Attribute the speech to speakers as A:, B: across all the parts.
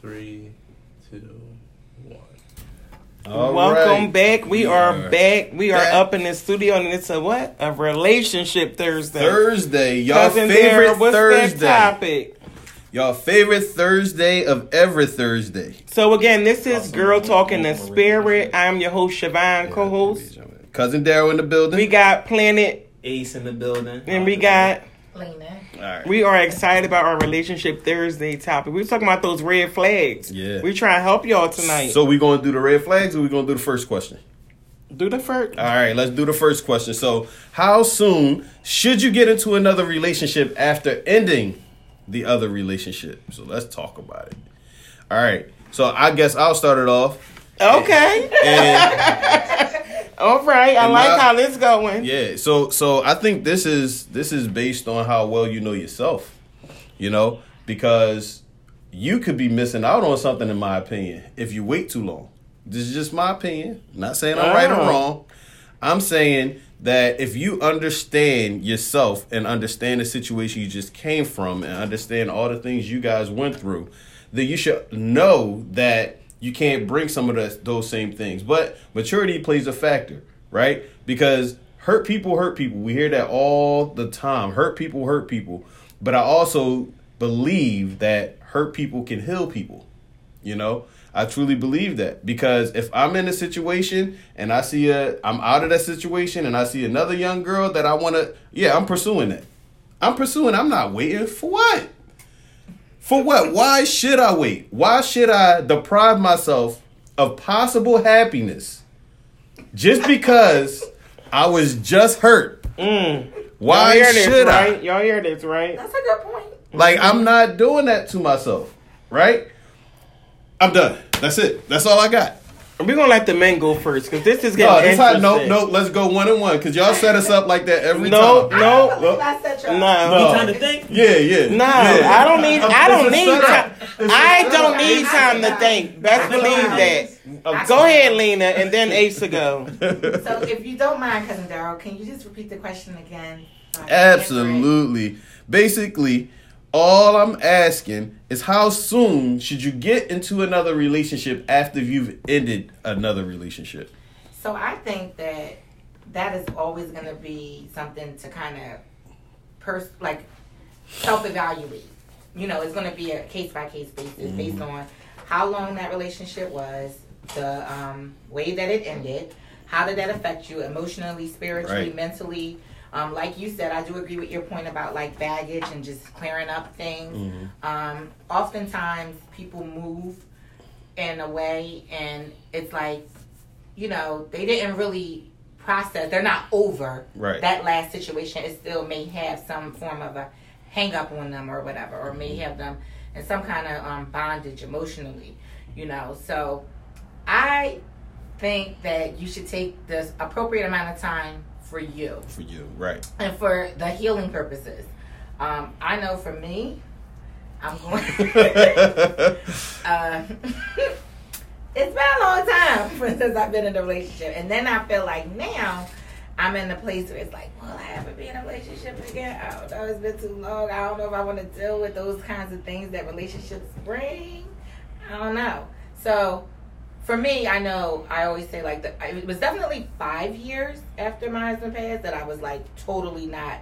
A: Three, two, one.
B: All
C: Welcome
B: right.
C: back. We
B: Yeah.
C: are back. We are
B: Back.
C: up in the studio, and it's a what? A relationship Thursday.
B: Thursday, y'all
C: Cousin
B: favorite
C: Dara, what's that
B: Thursday,
C: topic?
B: y'all favorite Thursday of ever Thursday.
C: So again, this is
D: Awesome.
C: Girl Talking the
D: Awesome.
C: Spirit. I'm your host, Siobhan, co-host.
B: cousin Daryl in the building.
C: We got Planet,
D: Ace in the building.
C: and we got.
E: Lena.
B: All right.
C: We are excited about our relationship Thursday topic. We're talking about those red flags.
B: Yeah.
C: We trying to help y'all tonight.
B: So we gonna do the red flags, or we gonna do the first question?
C: do the first.
B: All right, let's do the first question. So, how soon should you get into another relationship after ending the other relationship? So let's talk about it. All right. So I guess I'll start it off.
C: Okay.
B: And
C: All right. I
B: And
C: like
B: my-
C: how this going.
B: yeah, so so I think this is this is based on how well you know yourself. You know, because you could be missing out on something in my opinion if you wait too long. This is just my opinion. Not saying I'm right or
C: Oh.
B: wrong. I'm saying that if you understand yourself and understand the situation you just came from and understand all the things you guys went through, then you should know that you can't bring some of those, those same things. But maturity plays a factor, right? Because hurt people hurt people. We hear that all the time. Hurt people hurt people. But I also believe that hurt people can heal people. You know, I truly believe that because if I'm in a situation and I see a, I'm out of that situation and I see another young girl that I want to, yeah, I'm pursuing it. I'm pursuing. I'm not waiting for what? For what? Why should I wait? Why should I deprive myself of possible happiness just because I was just hurt? Why
C: Y'all hear this,
B: should I?
C: right? Y'all hear this, right?
E: That's a good point.
B: Like I'm not doing that to myself, right? I'm done. That's it. That's all I got.
C: We're gonna let the men go first because this is getting
B: No, Oh, this how,
C: interesting.
B: nope, nope. Let's go one and one because y'all set us up like that every
C: No,
B: time.
E: I
C: no,
E: don't believe I said y'all.
C: no.
B: No.
D: Trying to think.
B: Yeah, yeah.
C: No,
B: yeah.
C: I don't need. I don't
B: It's a
C: need.
B: setup.
C: Time.
B: It's a
C: I
B: setup.
C: don't need time to think. Best believe that. Go ahead, Lena, and then Ace to go.
E: So if you don't mind, Cousin Daryl, can you just repeat the question again? so I can answer it?
B: Absolutely. Basically, all I'm asking is how soon should you get into another relationship after you've ended another relationship?
E: So I think that that is always going to be something to kind of pers- like self evaluate. You know, it's going to be a case by case basis based on how long that relationship was, the um, way that it ended, how did that affect you emotionally, spiritually,
B: Right.
E: mentally. Um, like you said, I do agree with your point about like baggage and just clearing up things. Um, oftentimes, people move in a way, and it's like you know, they didn't really process. They're not over
B: Right.
E: that last situation. It still may have some form of a hang up on them or whatever, or may have them in some kind of um, bondage emotionally, you know. So I think that you should take the appropriate amount of time for you
B: For you, right?
E: and for the healing purposes. Um, I know for me, I'm going.
B: right.
E: uh, it's been a long time since I've been in a relationship, and then I feel like now I'm in the place where it's like, well, I haven't been in a relationship again. I don't know, it's been too long. I don't know if I want to deal with those kinds of things that relationships bring. I don't know. So for me, I know I always say like the, I- it was definitely five years after my husband passed that I was like totally not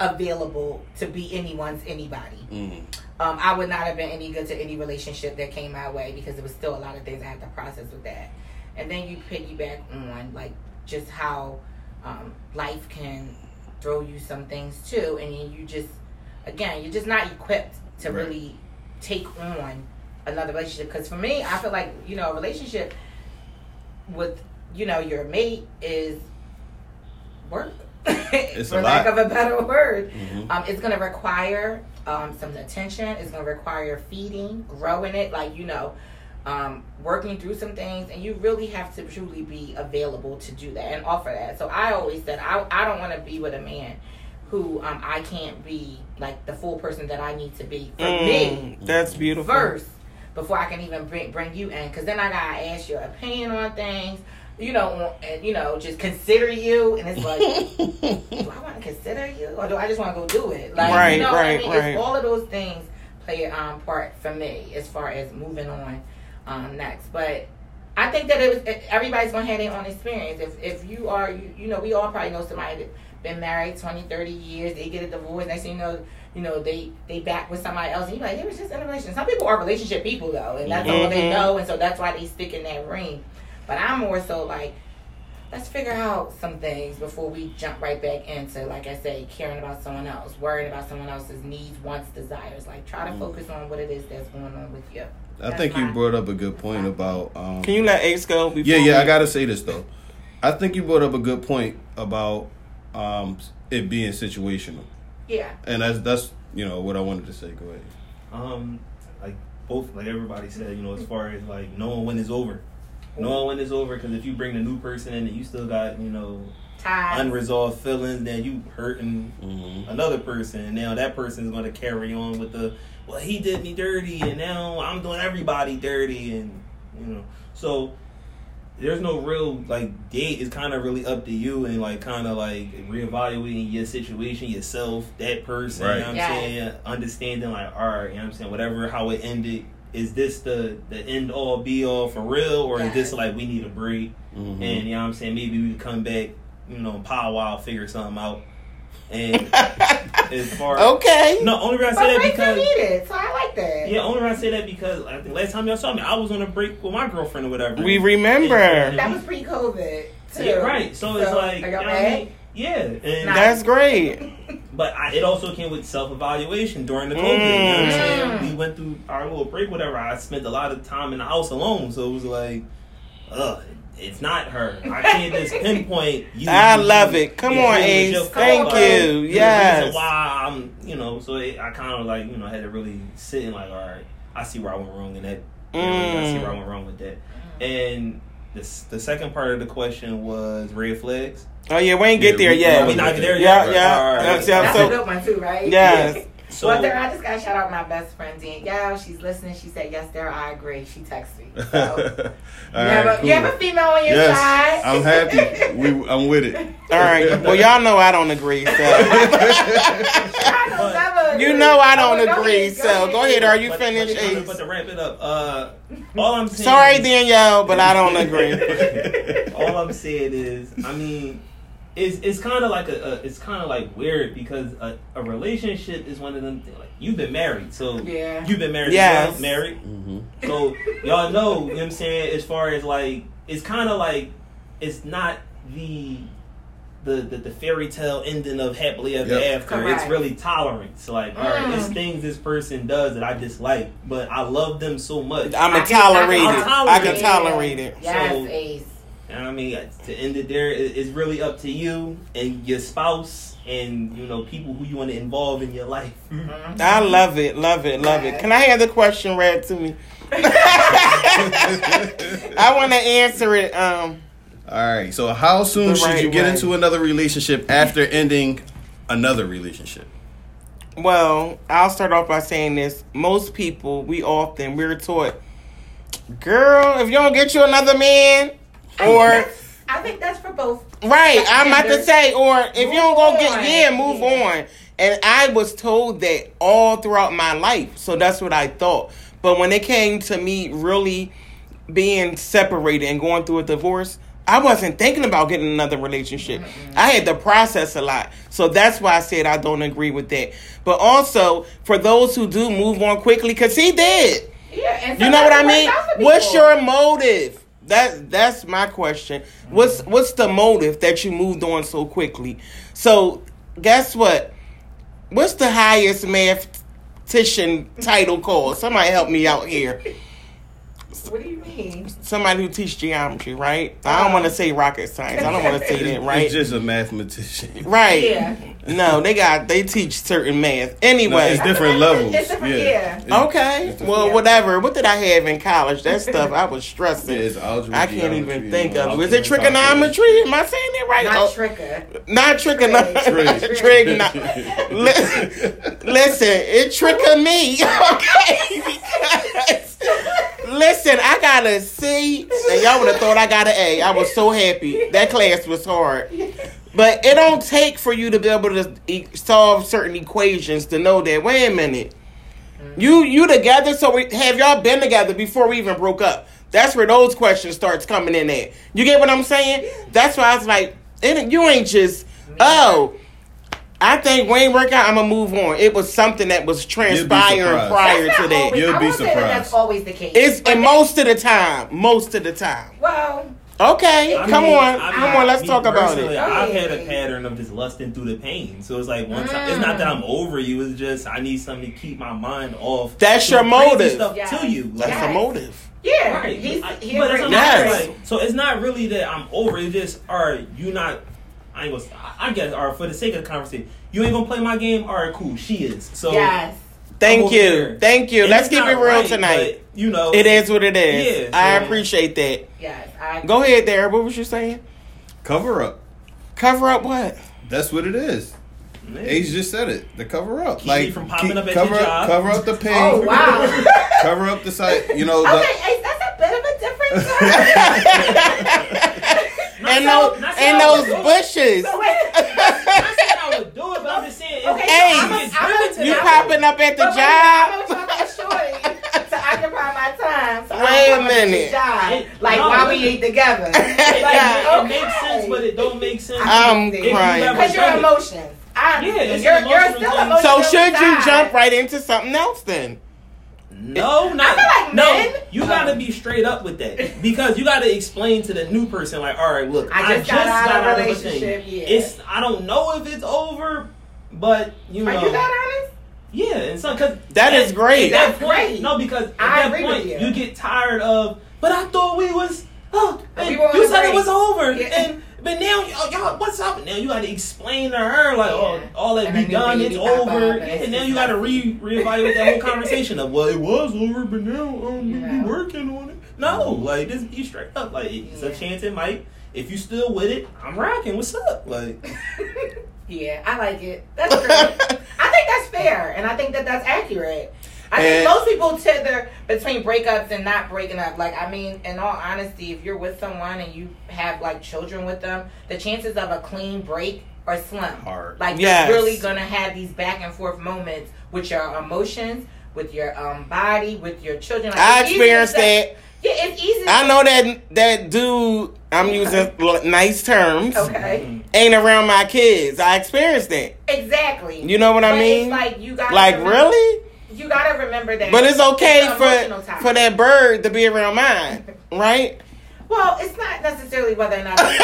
E: available to be anyone's anybody
B: Mm,
E: um, I would not have been any good to any relationship that came my way because there was still a lot of things I had to process with that. And then you piggyback on like just how um, life can throw you some things too, and then you just again you're just not equipped to
B: Right.
E: really take on another relationship. Because for me, I feel like you know a relationship with you know your mate is work.
B: It's
E: for
B: a
E: lack
B: lot.
E: of a better word.
B: Mhm.
E: Um, it's going to require um, some attention. It's going to require feeding, growing it, like, you know, um, working through some things. And you really have to truly be available to do that and offer that. So I always said, I, I don't want to be with a man who um, I can't be like the full person that I need to be for me
C: Mm, that's beautiful.
E: first before I can even bring bring you in. Because then I gotta ask your opinion on things. You know, and, you know, just consider you, and it's like, do I want to consider you, or do I just want to go do it? Like,
C: Right,
E: you know what I
C: right,
E: mean?
C: right.
E: It's all of those things play a um, part for me as far as moving on um, next. But I think that it was, it, everybody's going to have their own experience. If, if you are, you, you know, we all probably know somebody that been married 20, 30 years, they get a divorce, next thing you know, you know, they they back with somebody else, and you're like, they was just in a relationship. Some people are relationship people, though, and that's all they
C: Mhm.
E: know, and so that's why they stick in that ring. But I'm more so like, let's figure out some things before we jump right back into, like I say, caring about someone else, worrying about someone else's needs, wants, desires. Like, try to focus on what it is that's going on with you.
B: I think you brought up a good point about. Um,
C: Can you let Ace go? Before
B: Yeah, yeah.
C: we-
B: I gotta say this though. I think you brought up a good point about um, it being situational,
E: Yeah.
B: and that's that's you know what I wanted to say. Go ahead.
D: Um, like both, like everybody said, you know, as far as like knowing when it's over, knowing when it's over, because if you bring the new person in and you still got you know
E: Ties.
D: unresolved feelings, then you hurting
B: Mm-hmm.
D: another person, and now that person's going to carry on with the well, he did me dirty, and now I'm doing everybody dirty, and you know, so there's no real like date. It's kind of really up to you, and like kind of like reevaluating your situation, yourself, that person. You
B: Right.
D: know what I'm
E: Yes.
D: saying understanding, like, all right, you know what I'm saying, whatever, how it ended. Is this the the end all be all for real, or is
E: Yes.
D: this like we need a break?
B: Mm-hmm.
D: And you know what I'm saying? Maybe we can come back, you know, powwow, figure something out. And as far
C: okay.
D: No, only reason I
E: But
D: say that
E: breaks are
D: because
E: needed, so I like that.
D: Yeah, only reason I say that because I think last time y'all saw me, I was on a break with my girlfriend or whatever.
C: We remember.
E: That was pre-COVID too.
D: Yeah, right. So, it's
E: So,
D: like
E: are y'all
D: you know what I
E: mad?
D: mean? Yeah. And
E: Nah.
C: That's great.
D: but I, it also came with self evaluation during the COVID. You know what I'm
E: Mm.
D: saying? We went through our little break, whatever. I spent a lot of time in the house alone, so it was like, ugh, it's not her. I can't just pinpoint you.
C: I
D: you,
C: love
D: you.
C: it. Come
D: Yeah,
C: on,
D: it was
C: Ace.
D: your
C: Thank
D: fault.
C: you.
D: You're the
C: Yes.
D: reason why I'm, you know, so it, I kind of like, you know, had to really sit and like, all right, I see where I went wrong in that. you know, I see
C: Mm.
D: where I went wrong with that. And the s- the second part of the question was red flags.
C: Oh yeah, we ain't get
B: Yeah,
C: there
B: we-
C: yet.
D: no, we not get there
C: yeah,
D: yet. Right,
C: yeah.
D: right, right.
C: That's, yeah,
E: That's a
C: so,
E: good one too, right?
C: yes.
D: So
E: Well, there, I just gotta shout out my best friend Danielle. She's listening. She said, "Yes, there, I agree." She texted me. So, you, have a, you have a female on your
B: yes,
E: side.
B: I'm happy. We, I'm with it.
C: All right. Well, y'all know I don't agree. So.
E: I don't never
C: You
E: agree.
C: know I don't
E: Oh, go
C: agree.
E: ahead,
C: So go ahead. Are you
D: But-
C: finished,
D: but, to-
C: Ace?
D: But to wrap it up, uh, all I'm saying
C: Sorry,
D: is,
C: Danielle, but I don't agree.
D: all I'm saying is, I mean, it's it's kind of like a, a it's kind of like weird because a, a relationship is one of them things, like you've been married, so
E: Yeah.
D: you've been married,
C: Yes.
D: yes, married,
B: Mm-hmm.
D: so y'all know, you know what I'm saying, as far as like it's kind of like it's not the the, the, the fairy tale ending of happily ever
B: Yep.
D: after
E: Correct. Mm.
D: it's really tolerance like all right it's things this person does that i dislike but i love them so much
C: I'm
E: I
C: a
E: can- I can
C: tolerate it. I can
D: tolerate it.
C: tolerate it.
E: Yes,
D: So-
E: Ace.
D: And I mean, to end it there, it- it's really up to you and your spouse and, you know, people who you want to involve in your life.
E: Mhm.
C: I love it, love it, love it. Can I have the question read to me? I want to answer it. Um,
B: All right. So, how soon
C: The
B: should you
C: right
B: get
C: way.
B: into another relationship after ending another relationship?
C: well, I'll start off by saying this. Most people, we often, we're taught, girl, if you don't get you another man, or,
E: I think that's for both.
C: right, I'm about to
E: Contenders.
C: say, or if you don't go get,
E: on.
C: yeah, move
E: Yeah.
C: on. And I was told that all throughout my life. So that's what I thought. But when it came to me really being separated and going through a divorce, I wasn't thinking about getting another relationship. I had to process a lot. So that's why I said I don't agree with that. But also, for those who do move on quickly, because he did.
E: Yeah, and
C: You know what I
E: sometimes it
C: mean?
E: works out
C: What's
E: for people.
C: your motive? That that's my question. What's what's the motive that you moved on so quickly? So guess what? What's the highest mathematician title called? Somebody help me out here.
E: What do you mean?
C: Somebody who teach geometry, right? I don't want to say rocket science. I don't want to say that,
B: It's-
C: right?
B: It's just a mathematician.
C: right.
E: Yeah.
C: No, they got they teach certain math.
B: No,
C: Anyway,
B: it's different levels.
E: It's different, yeah.
B: It's-
C: okay.
B: it's
C: Well,
E: Yeah.
C: whatever. What did I have in college? That stuff I was stressing.
B: Yeah, it's algebra,
C: I can't
B: geometry,
C: even
B: and
C: think of it. Is
B: algebra
C: it
B: and calculus.
C: trigonometry? Am I saying it right?
E: Not
C: Oh,
E: tricker.
C: not trigonometry.
B: Trig.
C: Trig. not- Li- Listen, it tricking me. Okay. Because- Listen, I got a C, and y'all would have thought I got an A. I was so happy. That class was hard. But it don't take for you to be able to e- solve certain equations to know that, wait a minute, You you together? So we, have y'all been together before we even broke up? That's where those questions starts coming in at. You get what I'm saying? That's why I was like, it, you ain't just oh. I think Wayne work out. I'm gonna move on. It was something that was transpiring
B: surprised.
C: prior
E: That's
C: to
E: not
C: that.
E: always-
B: You'll
E: I
B: be
E: won't say that
B: surprised.
E: That's always the case.
C: It's
E: But
C: and
E: that-
C: most of the time. Most of the time.
E: Well,
C: Okay,
E: I
C: come
E: mean,
C: on,
E: I
C: come
E: mean,
C: on. Let's
D: me
C: talk about
D: personally,
E: Oh,
C: it.
D: I've
E: yeah,
D: had
E: yeah,
D: a
E: yeah.
D: pattern of just lusting through the pain. So it's like one time, it's
E: Mm.
D: not that I'm over you. It's just I need something to keep my mind off.
C: That's
D: the
C: your
D: crazy
C: motive.
D: Stuff
E: Yes.
D: to you.
C: That's
E: Yes.
C: the motive.
E: yeah,
D: Right.
E: he's,
D: I-
E: he
D: but it's
E: agrees.
D: not
C: Yes.
D: like- so it's not really that I'm over. It's just, all right, you not. I ain't gonna. I I guess, all right, for the sake of the conversation, you ain't gonna play my game. All right, cool. She is. So
E: Yes.
C: Thank
D: over
C: you,
D: here.
C: thank you.
D: and
C: Let's
D: it's
C: keep
D: not
C: it real
D: right,
C: tonight.
D: but, you know,
C: It is what it is.
D: Yeah,
C: I
D: so-
C: appreciate that.
E: Yes. I
C: Go ahead, there. What was you saying?
B: Cover up.
C: Cover up what?
B: That's what it is. Age just said it. The cover up,
D: Keep me
B: like
D: from popping
B: keep-
D: up at
B: cover
D: your
B: up,
D: job.
B: cover up the pain.
E: Oh wow. okay,
B: Cover up the site. You know.
E: Ace, that's a bit of a different story.
C: And those and those bushes.
E: So wait,
D: I said I would do it, but I'm just saying.
E: Okay,
D: it's-
E: so
C: Hey,
E: I'm a, I'm a,
C: You
E: I'm
C: popping up at the
E: but wait,
C: job?
E: I'm gonna try to shorty to occupy my time. So
C: Wait a
E: I'm gonna get
C: minute.
E: the Job,
D: It-
E: like
D: no,
E: why we
D: it-
E: ain't together?
D: It, like, it- it
E: okay.
D: makes sense, but it don't make sense.
C: I'm
E: If you
C: crying.
E: Because your emotions. I,
D: Yeah, it's
E: you're,
D: an
E: you're
D: emotional
E: still
D: thing.
E: emotional.
C: So should you
E: side.
C: jump right into something else then?
D: No, not
E: feel like
D: no.
E: men-
D: You gotta be straight up with that because you gotta explain to the new person, like, all right, look,
E: I
D: I
E: just
D: just,
E: got out of a
D: got out of a thing.
E: relationship, yeah.
D: It's I don't know if it's over, but you know,
E: Are you that honest?
D: yeah, and so because
C: That is great.
E: That's
D: point,
E: great.
D: No, because at
E: I
D: that
E: agree with
D: point
E: you.
D: you. get tired of. But I thought we was. Oh,
E: We
D: and
E: were on
D: you
E: a
D: said
E: break."
D: it was over,
E: Yeah.
D: and but now y'all, y'all, what's up? Now you got to explain to her like, oh,
E: Yeah.
D: all that
E: And
D: we
E: a new
D: done, it's
E: baby pop up,
D: over,
E: and it's
D: and now
E: just
D: you got to
E: like-
D: re reevaluate that whole conversation of well, it was over, but now um, we
E: Yeah.
D: be working on it. No, like just be straight up. Like it's
E: Yeah.
D: a chance it might. If you still with it, I'm rocking. What's up? Like
E: Yeah, I like it. That's true. I think that's fair, and I think that that's accurate. I
B: And-
E: think most people tether between breakups and not breaking up. Like, I mean, in all honesty, if you're with someone and you have like children with them, the chances of a clean break are slim.
B: Hard.
E: Like,
C: Yes.
E: you're really gonna have these back and forth moments with your emotions, with your um body, with your children. Like,
C: I
E: it's easy to
C: experienced
E: say-
C: that.
E: Yeah, it's easy. to-
C: I know that that dude. I'm using l- nice terms.
E: Okay,
C: Ain't around my kids. I experienced that.
E: exactly.
C: You know what I
E: But it's
C: mean?
E: like you got
C: Like really?
E: You gotta remember that.
C: But it's okay
E: an emotional
C: for
E: time.
C: for that bird to be around mine, right?
E: Well, it's not necessarily whether or not.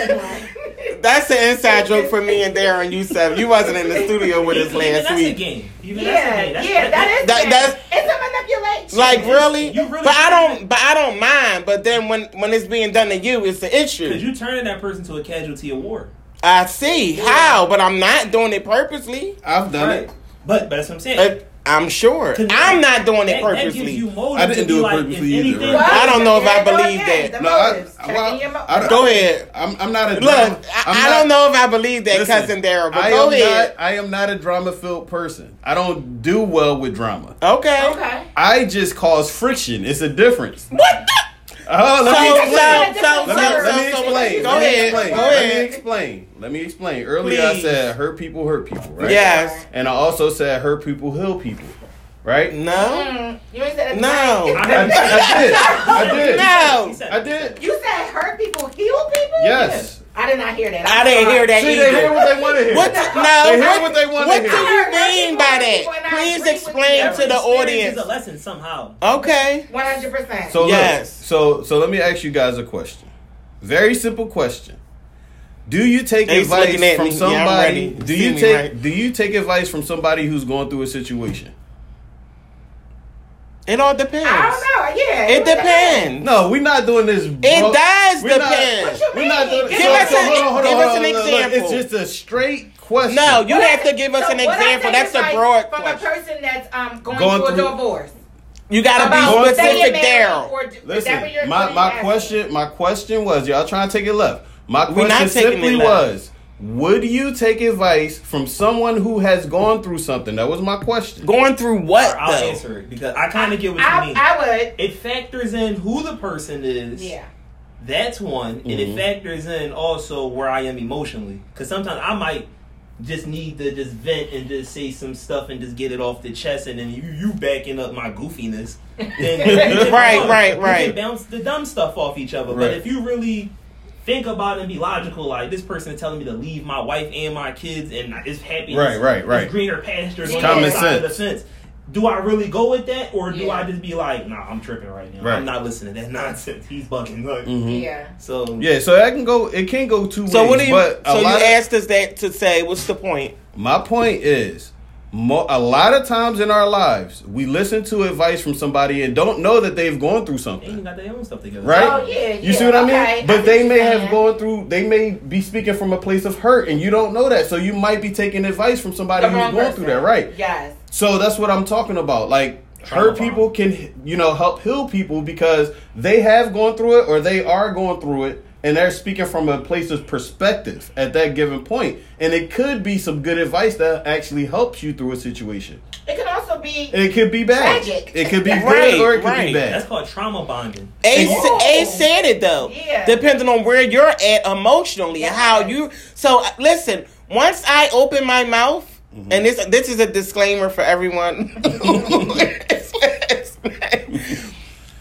E: It's
C: That's an inside joke for me and Darren. You said you wasn't in the studio with us
D: even- even
C: last
D: that's a
C: week.
D: game. Even that's a
E: yeah,
D: game. That's-
E: yeah, that is.
C: that-
E: bad.
C: that's-
E: it's a manipulation.
C: Like really?
D: You really-
C: But I don't. But I don't mind. But then when when it's being done to you, it's the
D: Because
C: issue.
D: you turning that person to a casualty of war.
C: I see how, but I'm not doing it purposely.
B: I've done it.
D: But, but that's what I'm saying.
C: Uh, I'm sure. I'm not doing it
D: that, that gives
C: purposely.
D: you motive
B: I didn't
D: to be
B: do it
D: like,
B: purposely
D: if
B: either,
D: anything,
B: right?
C: I don't know if I
E: There you go
C: believe
E: again,
B: No,
E: The
B: I,
E: motives,
B: I,
E: checking
B: well,
E: your mo-
B: I don't-
C: Go ahead.
B: I'm, I'm not a
C: Look,
B: drama.
C: I,
B: I'm
C: I
B: not-
C: don't know if I believe that,
B: Listen,
C: cousin Daryl. But
B: I
C: go
B: am
C: ahead.
B: not. I am not a drama filled person. I don't do well with drama.
C: okay.
E: Okay.
B: I just cause friction. It's a difference.
C: What? The?
B: Oh,
C: So,
B: let me
C: so,
B: explain.
C: so, so,
E: Let
B: Let me, let me
C: so-
B: explain.
C: Go
B: let me
C: ahead.
B: explain.
C: Go
B: let me
C: ahead.
B: explain. Let me explain. Earlier I
C: Please.
B: said hurt people hurt people, right?
C: Yes.
B: And I also said hurt people heal people, right?
C: No.
E: Mm, you ain't said that.
C: No.
B: I, I did. I
C: No.
B: did. I did.
E: You said hurt people heal people.
B: Yes.
E: I did not hear that.
C: I didn't hear that
B: See, they hear
C: either.
B: what they want to hear.
C: What? the- No.
B: They hear what they want
C: What
B: to
C: do
B: hear.
C: you mean by that? Please explain
D: Every
C: to the
D: experience
C: audience.
D: is a lesson somehow.
C: Okay.
E: One hundred percent.
B: So
C: Yes.
B: yes. so so let me ask you guys a question. Very simple question. Do you take
C: He's
B: advice
C: looking at
B: from
C: me. Yeah, I'm
B: somebody?
C: ready.
B: do
C: See
B: you
C: me,
B: take
C: right?
B: do you take advice from somebody who's going through a situation?
C: It all
E: I
C: depends.
E: don't know. Yeah.
C: It
E: what the heck?
C: depends.
B: No, we're not doing this.
C: It does
B: we're
C: depend.
E: What you
B: we're not doing
E: mean?
C: Give us an- give us an
B: look,
C: example.
B: It's just a straight question.
C: No, you
E: What I
C: have to
E: think-
C: give us
E: so
C: an
E: what I
C: example.
E: think
C: That's
E: advice
C: a broad
E: from
C: question.
E: a person that's um going,
B: Going
E: through a
B: through-
E: divorce.
C: You gotta
E: About
C: be
E: staying
C: specific,
E: married
C: Daryl.
E: or do- is that what you're-
B: Listen,
E: what are
B: my
E: you
B: my
E: asking?
B: question my question was y'all trying to take it left. My
C: We're
B: question
C: not taking it
B: simply
C: left.
B: was: Would you take advice from someone who has gone through something? That was my question.
C: Going through
B: Uh,
C: what
D: I'll
C: though?
D: answer it because I kind of get what you
E: I,
D: mean.
E: I would.
D: it factors in who the person is.
E: Yeah.
D: That's one, and it
B: Mhm.
D: factors in also where I am emotionally. Because sometimes I might just need to just vent and just say some stuff and just get it off the chest, and then you you backing up my goofiness. Then you can
C: Right,
D: bounce-
C: right,
D: you
C: right.
D: can bounce the dumb stuff off each other.
B: Right.
D: But if you really think about it and be logical, like this person is telling me to leave my wife and my kids, and it's happy.
B: Right, right, right.
D: Greener pastures on
E: Common
D: the other side of the
B: sense.
D: fence. Do I really go with that, or do
E: Yeah.
D: I just be like, "Nah, I'm tripping right now.
B: Right.
D: I'm not listening to that nonsense. He's fucking like."
B: Mhm.
E: Yeah.
D: So
B: Yeah, so that can go. It can go two
C: So
B: ways.
C: what do you?
B: But a
C: so you
B: lot of-
C: asked us that to say what's the point?
B: My point is, mo- a lot of times in our lives, we listen to advice from somebody and don't know that they've gone through
D: and you
B: something.
D: got their own stuff together,
B: Right?
E: Oh yeah.
B: You
E: yeah,
B: see what I mean?
E: okay, I
B: but
E: see
B: they
E: what
B: may
E: you're
B: have
E: saying.
B: gone through. They may be speaking from a place of hurt, and you don't know that. So you might be taking advice from somebody
E: The
B: who's
E: wrong
B: going
E: person.
B: through that, right?
E: Yes.
B: So that's what I'm talking about. Like
D: Trauma
B: hurt people can you know help heal people because they have gone through it or they are going through it and they're speaking from a place of perspective at that given point and it could be some good advice that actually helps you through a situation
E: It could also be.
B: it could be bad
E: Tragic.
B: it could be
C: Right,
B: good or it could
C: right.
B: be
D: That's
B: bad
D: called trauma bonding.
C: Ace,
E: Oh.
C: Ace said it though.
E: Yeah.
C: Depending on where you're at emotionally and how
E: Yes.
C: you. So uh, listen, once I open my mouth, and this this is a disclaimer for everyone.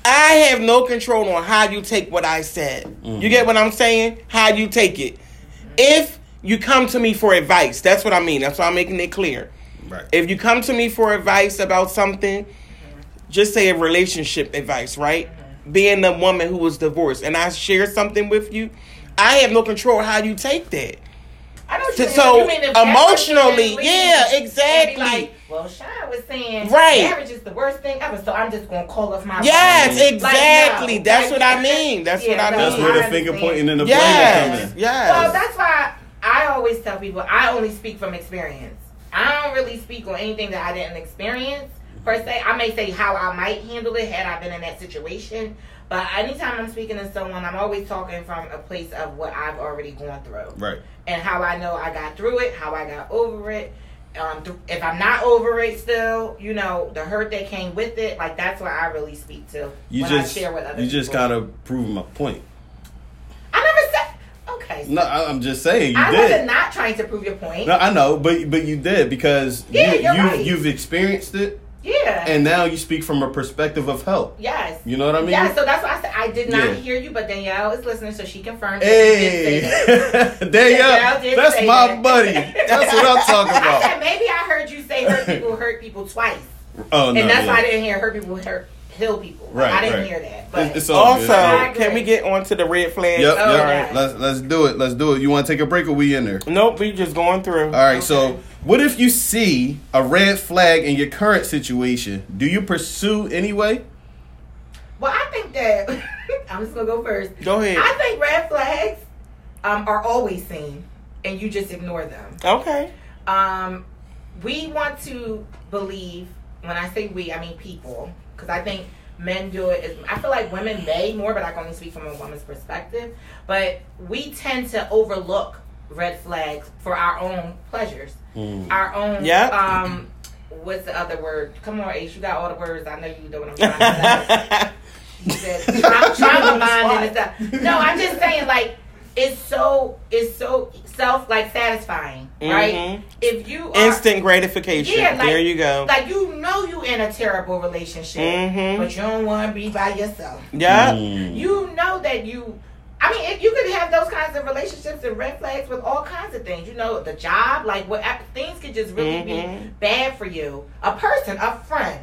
C: I have no control on how you take what I said. You get what I'm saying? How you take it. If you come to me for advice, that's what I mean. That's why I'm making it clear.
B: right
C: If you come to me for advice about something, just say a relationship advice, right?
E: Mm-hmm.
C: Being the woman who was divorced, and I share something with you, I have no control how you take that.
E: I don't
C: So- so emotionally, yeah, exactly.
E: Like, well, Sean was saying,
C: Right.
E: Marriage is the worst thing ever, so I'm just gonna call off my.
C: Yes,
E: phone.
C: exactly. That's what I mean. That's what I
E: no,
C: mean.
B: that's where the
E: I
B: finger
E: understand.
B: pointing and the blame
C: Yes,
B: come in
E: Well,
C: yes.
E: that's why I always tell people I only speak from experience. I don't really speak on anything that I didn't experience per se. I may say how I might handle it had I been in that situation, but anytime I'm speaking to someone, I'm always talking from a place of what I've already gone through
B: right
E: and how I know I got through it, how I got over it. Um, th- if I'm not over it still, you know, the hurt that came with it, like that's what I really speak to.
B: you
E: when
B: just
E: I share with other
B: you just
E: people.
B: kind of proving my point
E: I never said okay.
B: no I, i'm just saying you
E: I
B: did
E: wasn't not trying to prove your point.
B: no i know but but you did because
E: Yeah,
B: you,
E: you're
B: you
E: right.
B: you've experienced it
E: Yeah.
B: and now you speak from a perspective of help.
E: yes.
B: You know what I mean?
E: Yeah, so that's why I said I did not
B: Yeah.
E: hear you, but Danielle is listening, so she confirmed. that you
B: Hey,
E: did say that.
B: there you
E: Yeah, I
B: go.
E: did
B: That's
E: say
B: my
E: that.
B: buddy. That's what I'm talking
E: I said
B: about.
E: maybe I heard you say hurt people hurt people twice,
B: Oh no,
E: and that's
B: yeah.
E: why I didn't hear hurt people hurt heal people. Like,
B: Right,
E: I didn't
B: right.
E: hear that. But
B: It's, it's all
C: Also,
B: good. Yep,
E: I agree.
C: can we get on to the red flags?
B: yep.
E: Oh, yeah.
B: Let's let's do it. Let's do it. You want to take a break or we in there?
C: Nope, we just going through.
B: All right. So, what if you see a red flag in your current situation? Do you pursue anyway?
E: Well, I think that I'm just gonna go first.
C: Go ahead.
E: I think red flags um, are always seen, and you just ignore them.
C: Okay.
E: Um, we want to believe. When I say we, I mean people, because I think men do it. as- I feel like women may more, but I can only speak from a woman's perspective. But we tend to overlook red flags for our own pleasures, our own.
C: Mm. Yep.
E: Um, what's the other word? Come on, Ace, you got all the words. I know you know what I'm trying to say. that I'm trying to mind and stuff. No, I'm just saying like it's so it's so self like satisfying, right?
C: Mhm.
E: If you are,
C: Instant gratification.
E: Yeah, like-
C: there you go.
E: like you know you in a terrible relationship,
C: Mhm.
E: but you don't want to be by yourself.
C: yeah.
B: Mm.
E: You know that you. I mean, if you could have those kinds of relationships and red flags with all kinds of things, you know, the job, like what things could just really be
C: Mhm.
E: bad for you. A person, a friend.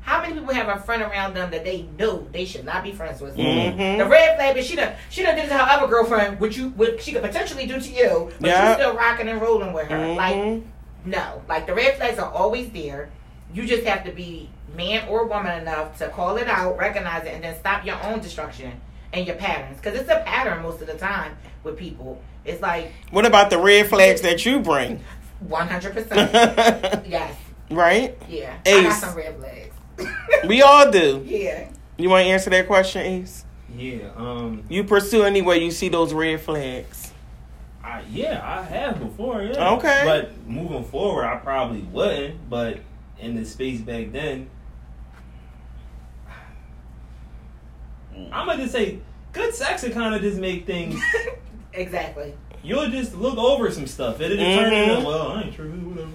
E: How many people have a friend around them that they know they should not be friends with?
C: Mhm.
E: The red flag is she done she done did to her other girlfriend, which you what she could potentially do to you, but
C: Yeah.
E: you still rocking and rolling with her. Like
C: Mhm.
E: no, like the red flags are always there. You just have to be man or woman enough to call it out, recognize it, and then stop your own destruction and your patterns. Because it's a pattern most of the time with people. It's like
C: What about the red flags that you bring?
E: one hundred percent.
C: right?
E: Yes, yeah. I got
C: Ace.
E: some red flags.
C: We all do.
E: yeah.
C: You want to answer that question, Ace?
D: Yeah. Um.
C: You pursue any way you see those red flags.
D: I, yeah, I have before. Yeah.
C: Okay.
D: But moving forward, I probably wouldn't. But in the space back then, I'm gonna just say good sex and kind of just make things
E: Exactly.
D: you'll just look over some stuff. It'll just turn
C: Mhm.
D: into, well, I ain't sure, whatever.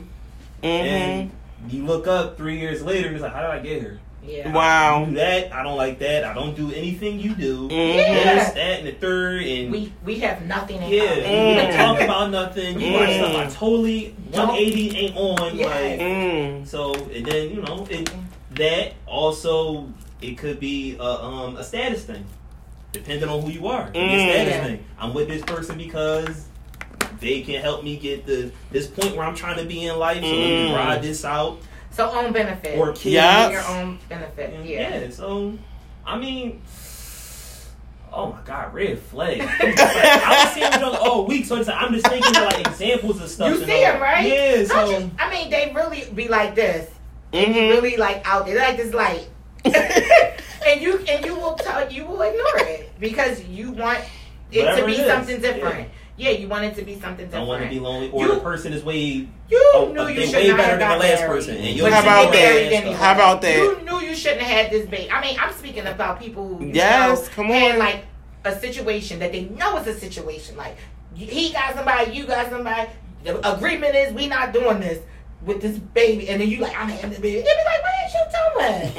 C: Mm-hmm.
D: And you look up three years later and it's like, how did I get here?
E: Yeah.
D: I don't
C: Wow.
D: do that. I don't like that. I don't do anything you do.
C: Mhm.
D: This, that, and the third. And
E: We we have nothing in
D: yeah,
E: common.
D: we don't
C: Mm.
D: talk about nothing. You watch stuff I totally 180 ain't on.
E: Yes.
D: Like,
C: Mm.
D: so, and then, you know, it, that also, it could be a, um, a status thing, depending on who you are. It could be a
C: Mm.
D: status
E: Yeah.
D: thing. I'm with this person because they can help me get the this point where I'm trying to be in life. So let
C: Mm.
D: me ride this out.
E: So own benefit.
D: Or kids.
C: Yeah.
E: Your own benefit.
D: And
E: Yeah.
D: yeah. so I mean, oh my god, red flag. I was seeing it on all week, oh, so it's like, I'm just thinking of like examples of stuff.
E: You
D: and
E: see
D: all.
E: them, right?
D: Yeah,
E: Don't
D: so
E: you- I mean, they really be like this.
C: Mm-hmm.
E: Really like out there, like this light. and you and you will tell you will ignore it because you want it to
D: Whatever
E: be
D: it is,
E: something different. Yeah. you want it to be something
D: I
E: different.
D: want to be lonely, or
E: You-
D: the person is way
E: you
D: oh,
E: knew you
D: they
E: should
D: way
E: not
D: better
E: have
D: than the
E: got
D: last
E: married.
D: person. And
C: How
D: just
C: about that?
D: ignore their ass
E: How
D: up.
C: How about that?
E: You knew you shouldn't have had this baby. I mean, I'm speaking about people who you
C: Yes, come
E: know, had
C: on.
E: like a situation that they know is a situation. Like you- he got somebody, you got somebody. The agreement is we not doing this with this baby, and then you like I'm having this baby. They be like, what is you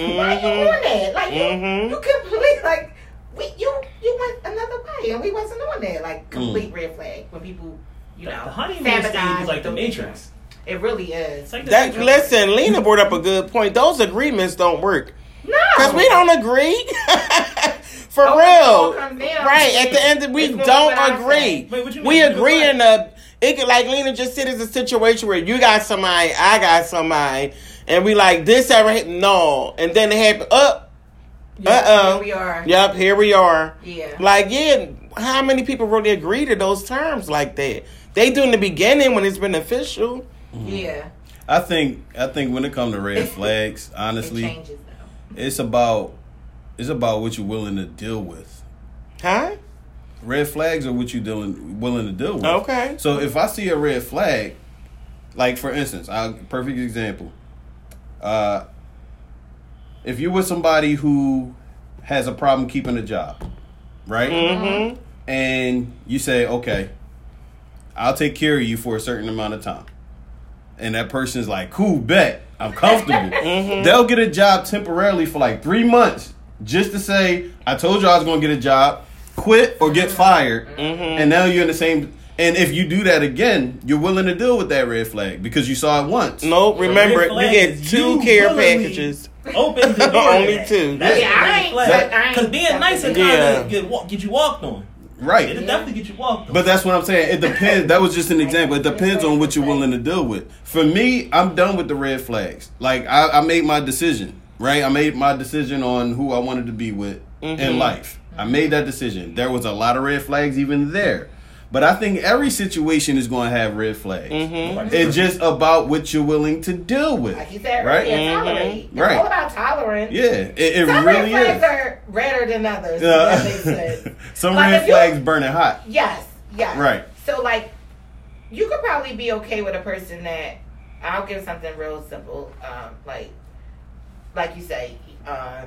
E: doing? Why you
C: Mhm.
E: on that? Like you,
C: Mhm.
E: you complete like we, you you went another way, and we wasn't on that.
C: Mm.
E: Like complete red flag when people. You
D: The
E: know,
D: the honeymoon stage is like the Matrix.
E: It really is.
D: It's like the
C: That
D: Matrix.
C: listen, Lena brought up a good point. Those agreements don't work.
E: No,
C: Cause we don't agree. For
E: Oh,
C: real.
E: it all comes down.
C: Right. At the end of, we
E: It's more
C: don't
E: what I
C: agree.
E: said.
D: Wait, what you mean?
C: We
D: You
C: agree
D: what?
C: in a it could like Lena just said it's a situation where you got somebody, I got somebody, and we like this ever happened. No. And then it happened up. Uh-oh.
E: Here we are.
C: Yep, here we are.
E: Yeah.
C: Like, yeah, how many people really agree to those terms like that? They do in the beginning when it's beneficial.
E: Yeah.
B: I think I think when it comes to red flags, honestly,
E: It changes though.
B: it's about it's about what you're willing to deal with.
C: Huh?
B: Red flags are what you dealing willing to deal with.
C: Okay.
B: So if I see a red flag, like for instance, I perfect example. Uh, if you're with somebody who has a problem keeping a job, right?
C: Mm-hmm.
B: and you say, okay, I'll take care of you for a certain amount of time. And that person's like, cool, bet. I'm comfortable. They'll get a job temporarily for like three months just to say, I told you I was going to get a job, quit or get fired. And now you're in the same. And if you do that again, you're willing to deal with that red flag because you saw it once.
C: Nope. Remember,
D: Red
C: you
D: flag
C: get
D: is
C: two
D: you
C: care
D: willingly
C: packages.
D: Open the door.
C: Only two.
D: That's
E: Yeah, I
D: a red
E: ain't-
D: flag.
E: I ain't-
D: Cause being nice and kind
C: Yeah.
D: of get wa- get you walked on. It'll
B: Right.
D: definitely get you walked on.
B: But that's what I'm saying. It depends. That was just an example. It depends on what you're willing to deal with. For me, I'm done with the red flags. Like I, I made my decision, right? I made my decision on who I wanted to be with in life. I made that decision. There was a lot of red flags even there. But I think every situation is going to have red flags. It's just about what you're willing to deal with.
E: Like you said,
B: right?
E: right? Yeah,
D: Mm-hmm.
E: tolerate. It's
B: Right.
E: all about tolerance.
B: Yeah, it, it
E: Some
B: really
E: red flags
B: is.
E: are redder than others. if
B: Uh,
E: that makes sense.
B: some
E: Like,
B: red
E: if you-
B: flags burning hot.
E: Yes. Yes.
B: Right.
E: So like, you could probably be okay with a person that I'll give something real simple, um, like, like you say, um,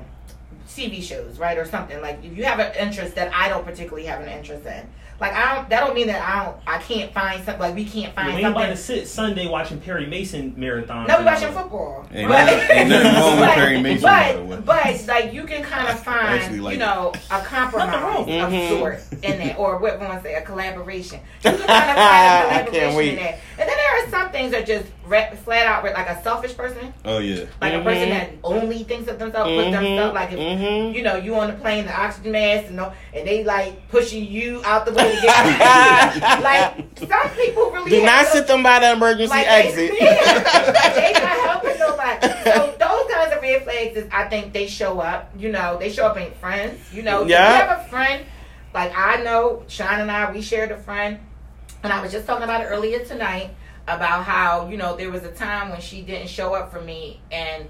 E: TV shows, right, or something. Like if you have an interest that I don't particularly have an interest in, like I don't. That don't mean that I don't. I can't find something. Like we can't
D: You know,
E: find
D: we ain't about to
E: something.
D: sit Sunday watching Perry Mason marathon.
E: No, we watching football.
B: Ain't
E: But-
B: nothing, ain't nothing wrong with
E: but-
B: Perry Mason. by the way.
E: But, but like you can kind of
B: actually
E: find,
B: like Mm-hmm.
E: you know, a compromise
D: Nothing wrong.
E: of
C: Mhm.
E: sort in that, or what one say, a collaboration. You can kind of find a
C: I can't
E: collaboration
C: wait.
E: in that. And then there are some things that just re- flat out, re- like a selfish person,
B: oh yeah.
E: like a person that only thinks of themselves,
B: Mm-hmm.
E: with themselves. Like if
C: Mhm.
E: you know you on the plane, the oxygen mask, and all, and they like pushing you out the way to get. like some people really
C: Do not
E: have those-
C: sit them by the emergency exit.
E: they, yeah, they not helping nobody. So those kinds of red flags is I think they show up. You know, they show up in friends. You know, if
C: Yeah.
E: you have a friend like I know Sean and I we shared a friend, and I was just talking about it earlier tonight about how you know there was a time when she didn't show up for me and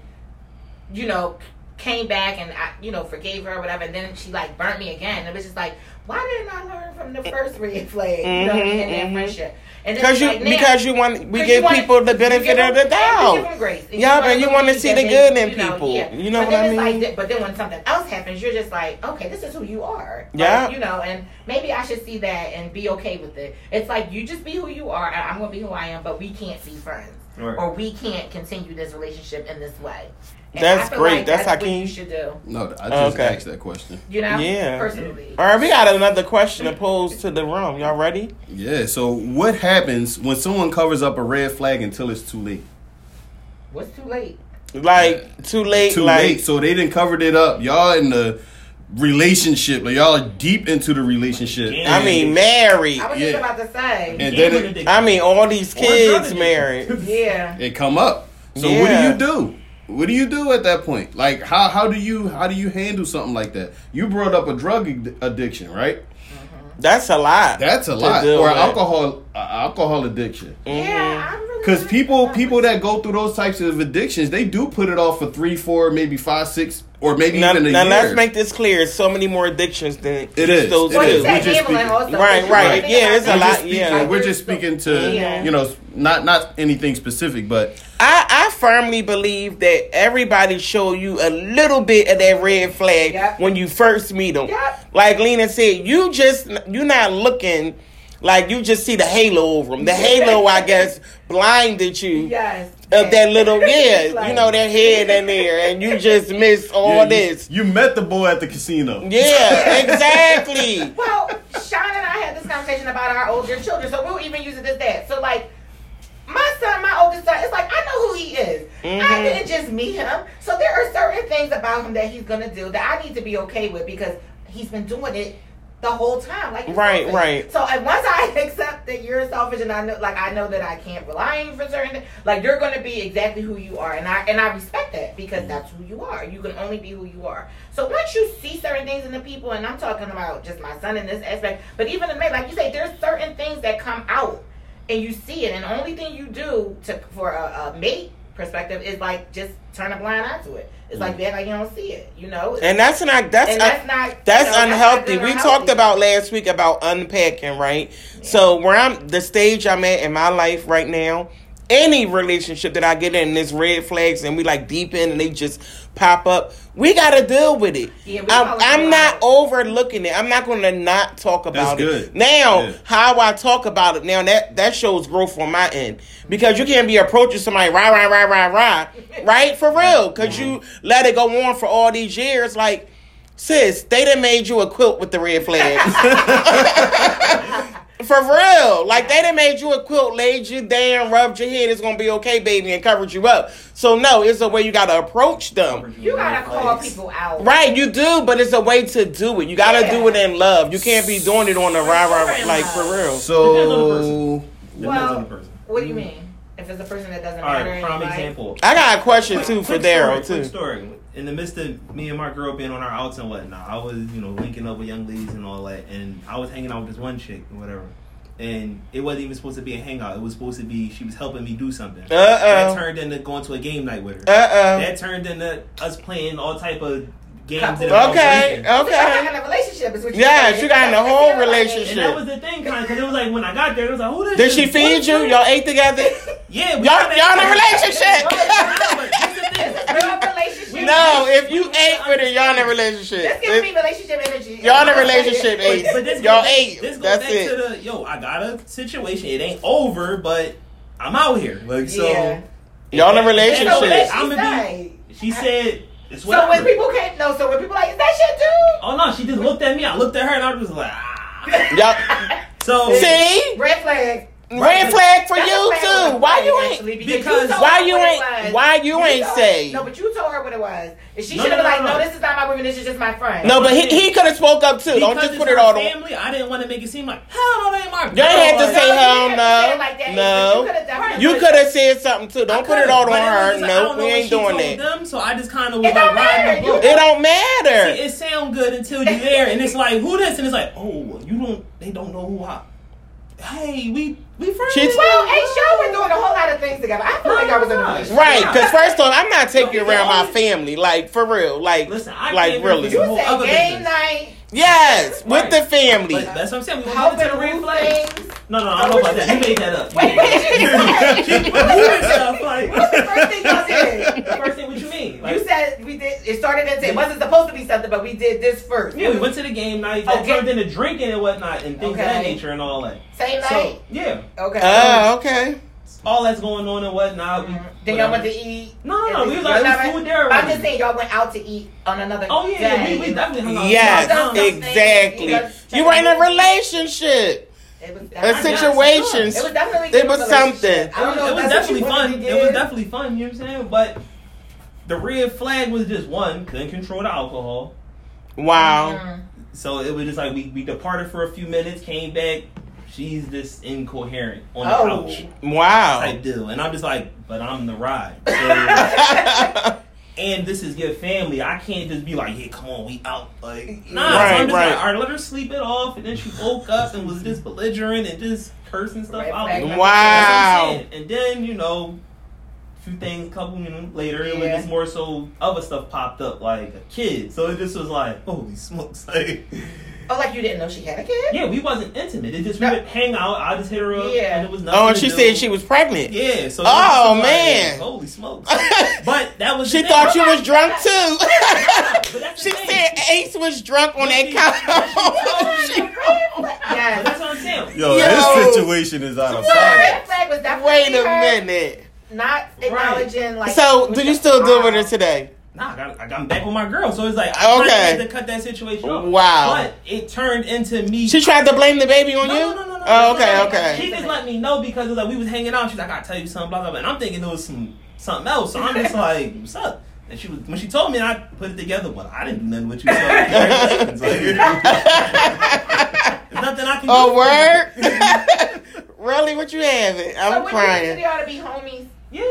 E: you know came back and I you know forgave her or whatever and then she like burnt me again it was just like why didn't I learn from the first red flag you know
C: Mhm,
E: in that
C: mhm.
E: friendship And then
C: Because
E: it's
C: you
E: like, now-
C: because you want we
E: 'cause
C: give
E: you wanna-
C: people the
E: you give
C: benefit of the
E: them- and you give
C: doubt.
E: them grace.
C: Yeah,
E: you
C: but
E: wanna
C: you wanna
E: believe
C: see
E: that
C: the
E: they-
C: good in
E: you know,
C: people.
E: yeah.
C: You know
E: But
C: what I
E: then it's
C: mean?
E: Like, but then when something else happens, you're just like, okay, this is who you are. Like,
C: Yeah.
E: you know, and maybe I should see that and be okay with it. It's like you just be who you are, and I'm gonna be who I am. But we can't be friends,
D: Right.
E: or we can't continue this relationship in this way. And
C: That's
E: I feel
C: great.
E: Like
C: That's
E: that's
C: how
E: what
C: King-
E: you should do.
B: No, I just
C: Okay.
B: asked that question.
E: You know,
C: Yeah.
E: personally.
C: All right, we got another question to pose to the room. Y'all ready?
B: Yeah. So what happens when someone covers up a red flag until it's too late?
E: What's too late?
C: Like too late.
B: Too
C: like,
B: late. So they didn't covered it up. Y'all in the relationship. Like y'all are deep into the relationship.
D: Yeah.
C: I mean, married.
E: I was
B: Yeah.
E: just about to say.
B: And
D: Gambling
B: then it-
D: addiction.
C: I mean, all these
D: Or drug
C: kids
D: addiction.
C: married. Um,
E: yeah.
B: It come up. So
C: Yeah.
B: what do you do? What do you do at that point? Like how how do you how do you handle something like that? You brought up a drug ad- addiction, right?
C: That's a lot.
B: That's a
C: To
B: lot.
C: deal
B: Or
C: with.
B: alcohol uh, alcohol addiction.
C: Mm-hmm.
E: Yeah. I'm really
B: Because
E: not-
B: people people that go through those types of addictions, they do put it off for three, four, maybe five, six, or maybe
C: Now,
B: even a
C: now
B: year.
C: let's make this clear. So many more addictions than
B: It
C: just
B: is.
C: those
B: It
E: Well,
B: is.
C: two.
E: you
B: We
E: said
B: just
E: gambling
B: speak-
E: also.
C: Right,
E: but you
C: right.
E: gotta
C: Yeah,
E: think
C: it's a
E: about
B: we're
C: lot,
B: just
E: that.
B: speaking,
C: yeah.
B: we're just speaking to
E: Yeah.
B: you know not not anything specific, but
C: I, I firmly believe that everybody show you a little bit of that red flag
E: Yep.
C: when you first meet them.
E: Yep.
C: Like Lena said, you just you're not looking like you just see the halo over them. The halo, I guess, blinded you
E: Yes.
C: of that little yeah,
E: It's like-
C: you know that head in there, and you just miss all
B: Yeah, you-
C: this.
B: You, met the boy at the casino.
C: Yeah, exactly.
E: Well, Sean and I had this conversation about our older children, so we'll even use it as that. So, like, my son, my oldest son, it's like I know who he is. I
C: Mhm.
E: didn't just meet him, so there are certain things about him that he's gonna do that I need to be okay with because he's been doing it the whole time. Like, you're
C: Right,
E: selfish.
C: right.
E: So, and once I accept that you're selfish, and I know, like, I know that I can't rely on you for certain, like, you're gonna be exactly who you are, and I and I respect that because that's who you are. You can only be who you are. So once you see certain things in the people, and I'm talking about just my son in this aspect, but even in me, like you say, there's certain things that come out and you see it, and the only thing you do to for a, a mate perspective is like just turn a blind eye to it. It's like act like you don't see it, you know.
C: Mm. And that's not that's
E: And that's not
C: That's
E: you know, not
C: unhealthy.
E: good or
C: We
E: healthy.
C: talked about last week about unpacking, right? So where I'm the stage I'm at in my life right now, any relationship that I get in, there's red flags and we like deep in and they just pop up. We gotta deal with it.
E: Yeah, we
C: I'm,
E: gotta
C: I'm
E: deal
C: not
E: with it.
C: overlooking it. I'm not gonna not talk about it.
B: good.
C: Now
B: Yeah.
C: how I talk about it now that that shows growth on my end because you can't be approaching somebody rah rah rah rah rah right for real
B: Mm-hmm.
C: because you let it go on for all these years like sis they done made you a quilt with the red flags for real like they done made you a quilt laid you down rubbed your head it's gonna be okay baby and covered you up so no it's a way you gotta approach them.
E: You gotta call people out.
C: Right, you do, but it's a way to do it. You gotta
E: Yeah.
C: do it in love. You can't be doing it on the rah rah rah, like for real.
D: Depends on the
B: So
D: person.
E: Well,
D: Well, person.
E: What do you mean? If it's a person that doesn't
D: All
E: matter,
D: right,
E: in
D: prime
E: your life?
D: example.
C: I got a question too
D: Quick-
C: for
D: quick
C: Daryl
D: story,
C: too.
D: quick story. In the midst of me and my girl being on our outs and whatnot, I was you know linking up with young ladies and all that, and I was hanging out with this one chick or whatever, and it wasn't even supposed to be a hangout. It was supposed to be she was helping me do something. That
C: Uh
D: turned into going to a game night with her.
C: oh. Uh
D: that turned into us playing all type of games.
E: Couple-
D: and
C: oh.
D: all
C: Okay.
D: drinking.
E: She got
C: Okay.
E: in a relationship. Is what you
C: Yeah,
E: said.
C: she got in a whole relationship.
D: And that was the thing, kind because it was like when I got there, it was like, who this?
C: Did she
D: is-
C: feed you? Y'all ate together?
D: Yeah, we
C: Y'all
D: kinda-
C: y'all in a relationship?
D: No, but here's the thing.
E: This is real relationship.
C: No, if you ate with her, y'all in a relationship.
E: This gives me relationship energy.
C: Y'all in a relationship,
D: But- but
C: ate. Y'all
D: this goes back-
C: ate.
D: This goes
C: That's
D: back
C: it.
D: to the yo. I got a situation. It ain't over, but I'm out here. Like so,
E: Yeah.
C: Y'all in a
E: So what did
C: relationship.
E: she
D: I'ma be-
E: say?
D: she said. It's what
E: So when people can't know, so when people like, is that shit, dude?
D: oh no, she just looked at me. I looked at her, and I was like, ah.
C: Y'all
D: So
C: see?
E: Red flag.
C: Red flag for
E: That's
C: you
E: a flag
C: too.
E: with
C: Why
E: flag,
C: you ain't
E: actually,
D: Because-
E: told
C: why
E: her
C: you
E: what it
C: ain't
E: was.
C: why you ain't
E: told-
C: say?
E: No, but you told her what it was. And she
D: No,
E: should
D: no,
E: have been
D: no,
E: like,
D: no.
E: no, this is not my women. This is just my friend.
C: No, but he he could have spoke up too. Don't
D: because
C: just
D: it's
C: put it
D: her
C: all on.
D: family. I didn't want to make it seem like hell no, they ain't my.
C: Y'all had to
D: girl.
E: No,
C: say
E: you
C: hell
E: didn't have to say
C: no.
E: it like that, but you
C: No.
E: could've definitely-
C: You could have said something too.
D: I
C: Don't put it
D: could've,
C: all on
D: but it was
C: her.
D: just like, I
C: No,
D: don't
C: we
D: know what
C: ain't
D: she
C: doing
D: told
C: that.
D: Them, so I just kind of was
E: It
D: like
E: don't
D: riding
E: matter.
D: the
E: You
D: boat.
C: It don't matter.
D: See, it sound good until you there, and it's like who this, and it's like oh, you don't, they don't know who I. Hey, we we friends.
C: She's-
E: Well, hey, y'all were doing a whole lot of things together. I feel like I was in a relationship.
C: Right,
D: Yeah.
C: because first off, I'm not taking you
D: Don't be
C: around my
D: honest.
C: family, like for real, like,
D: Listen, I
C: like
D: came here
C: really.
D: for
E: You
D: Whole
E: said
D: other
E: game
D: business.
E: night,
C: Yes, with
D: Right.
C: the family.
D: But that's what I'm saying. We went
E: helping
D: to the red
E: roof
D: flag.
E: things.
D: No, no, I know about that. You made that up.
E: Wait, wait,
D: You made that up. Like,
E: the first thing y'all said.
D: the first thing, what you mean? Like,
E: You said we did. It started as it wasn't supposed to be something, but we did this first.
D: yeah, we went to the game night. That
E: Okay.
D: turned into drinking and whatnot and things of that
E: Okay.
D: nature and all that.
E: same night.
D: So, yeah.
E: okay.
C: Ah, okay.
D: All that's going on and whatnot. we-
E: Mm-hmm. then y'all went
D: whatever.
E: to eat.
D: No, no, no, we was like,
E: Y'all
D: we
E: not-
D: was food there
E: I'm
D: already.
E: just saying y'all went out to eat on another
D: Oh, yeah, yeah,
E: day.
D: we, we definitely hung out.
C: Yes,
E: Sometimes
C: exactly.
E: you just-
C: You were in a relationship.
E: It was
C: A
E: definitely-
C: situation.
E: It was definitely.
C: It
E: a
C: was
E: relationship.
C: something.
E: I don't know.
D: it
E: if that's what
D: was
E: you
D: definitely
E: wanted
D: fun.
E: to
D: It was
E: do.
D: definitely fun. You know what I'm saying? But the red flag was just one couldn't control the alcohol,
C: Wow.
E: Mm.
D: so it was just like we, we departed for a few minutes, came back. She's just incoherent on the
E: Oh.
D: couch
C: Wow.
D: type deal, and I'm just like, but I'm the ride. So, and this is your family. I can't just be like, yeah, come on, we out. Like, nah. so
C: Right,
D: I'm just
C: right.
D: like, all right, let her sleep it off. And then she woke up and was just belligerent and just cursing stuff
E: Red
D: out.
E: flag.
D: That's what I'm
C: Wow.
D: saying. And then, you know, a few things, a couple minutes later, it was
E: Yeah.
D: just more so other stuff popped up, like a kid. So it just was like, holy smokes. Like,
E: Oh, like you didn't know she had a kid.
D: yeah, we wasn't intimate. It just,
E: No.
D: we would hang out. I just hit her up.
E: Yeah.
D: And it was nothing
C: Oh, and
D: to
C: she
D: do.
C: said she was pregnant.
D: Yeah, so. it was
C: Oh,
D: just like,
C: man.
D: Holy smokes. But that was.
C: She
D: the thing.
C: thought you was drunk too.
D: But that's the
C: She
D: thing.
C: said Ace was drunk on that couch. She-
D: Oh, But that's
E: Yes.
D: what I'm saying.
B: Yo,
C: Yo.
B: this situation is out of
E: So the
B: pocket.
E: oh, red flag was definitely
C: Wait a
E: her
C: minute.
E: Not acknowledging like.
C: So,
E: when
C: do
E: she-
C: you still deal with her
E: Wow.
C: today?
D: Nah, I got, I got, I'm back with my girl, so it's like I
C: Okay.
D: okay. had to cut that situation off.
C: Wow.
D: But it turned into me.
C: She tried to blame the baby on
D: No,
C: you?
D: no, no, no, no.
C: Oh,
D: That's
C: okay,
D: what I'm saying.
C: okay.
D: She just let me know because it was like we was hanging out. She's like, I gotta tell you something, blah blah. blah. And I'm thinking it was some something else. So I'm just like, what's up? And she was when she told me, I put it together. But I didn't do nothing with you. So congratulations. like, there's nothing I can. do
C: Oh,
D: for you.
C: word? really? What you having?
E: So
C: I'm
E: would you
C: crying.
E: consider y'all to be homies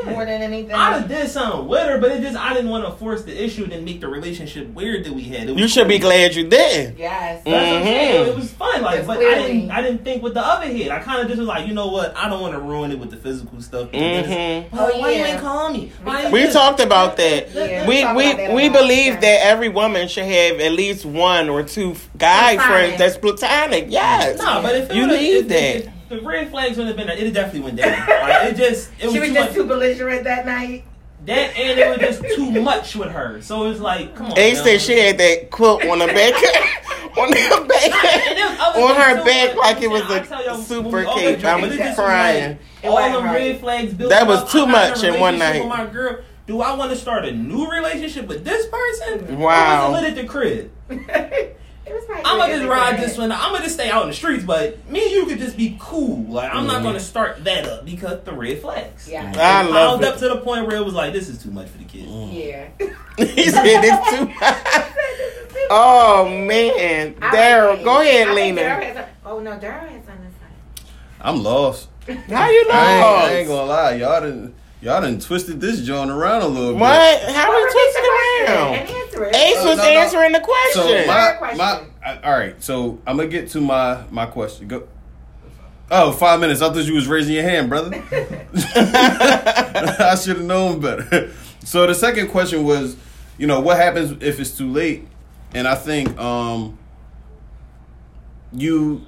E: more
D: Yeah.
E: than anything?
D: I'd have did something with her, but it just I didn't want to force the issue and make the relationship weird that we had. It was
C: You should be
D: cool.
C: glad you didn't.
E: Yes.
D: That's what I'm saying.
C: Mhm.
D: It was fun, like,
E: It's
D: but I
E: clearly-
D: didn't. I didn't think with the other hit. I kind of just was like, you know what? I don't want to ruin it with the physical stuff. because then it's,
C: Mhm.
D: "Well,
E: Oh,
D: why you
E: yeah.
D: ain't call me? Why you
C: We
D: this?"
C: talked about that.
E: Yeah,
C: We
E: talk about that
C: we
E: a
C: we
E: lot.
C: believe
E: Yeah.
C: that every woman should have at least one or two guy
E: Platonic.
C: friends that's platonic. Yes.
D: Nah, but if it
C: You
D: would've-
C: need
D: if- if-
C: that.
D: if the red flags would have been. It definitely went down. Like, it just. It was,
E: She was
D: too
E: just
D: much.
E: too belligerent that night.
D: that, and it was just too much with her. So it was like, come on.
C: Ace
D: man.
C: said she had that quilt on her back, on her
D: And there was
C: back,
D: other
C: on her
D: things,
C: back
D: too,
C: like it was
D: I'll tell
C: a
D: y'all when
C: super
D: we all
C: cape.
D: drink, but
C: I'm
D: it just was
C: crying.
D: like, all them
E: Right, right.
D: red flags built
C: That was
D: up.
C: too
D: I'm not
C: much
D: a
C: in one
D: relationship
C: night.
D: With my girl, do I want to start a new relationship with this person?
C: Wow.
D: Or was it lit at the crib?
E: it was probably
D: I'm gonna just
E: really
D: ride
E: bad.
D: this one. I'm gonna just stay out in the streets, but me and you could just be cool. Like I'm not gonna start that up because the red flags.
E: Yeah.
C: Mm-hmm. I
D: It
C: love
D: Piled
C: it. Mm,
D: up to the point where it was like, this is too much for the kids.
E: Yeah.
C: he said it's too Oh man,
E: I
C: Daryl,
E: like
C: go
E: it.
C: ahead,
E: I think Daryl
C: Lena.
E: has a- Oh no, Daryl has something to say.
B: I'm lost.
C: How you
B: I ain't, I ain't
C: know?
B: gonna lie, y'all didn't. Y'all done twisted this joint around a little bit.
C: What? How
E: Well,
C: we
E: repeat the
C: twisted
E: question
C: around?
E: And answer it.
C: Ace
B: Uh,
C: was
B: no, no.
C: answering the
B: So
C: question.
B: my
E: Question.
B: my I- all right. So I'm gonna get to my my question. Go. Oh, five minutes. I thought you was raising your hand, brother. I should have known better. So the second question was, you know, what happens if it's too late? And I think um you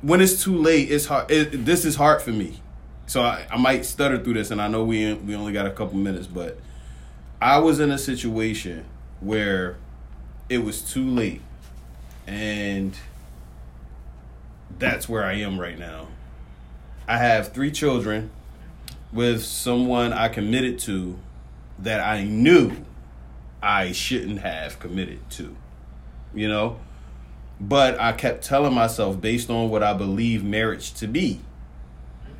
B: when it's too late, it's hard. It, this is hard for me. So I, I might stutter through this, and I know we we only got a couple minutes, but I was in a situation where it was too late, and that's where I am right now. I have three children with someone I committed to that I knew I shouldn't have committed to, you know? But I kept telling myself, based on what I believe marriage to be,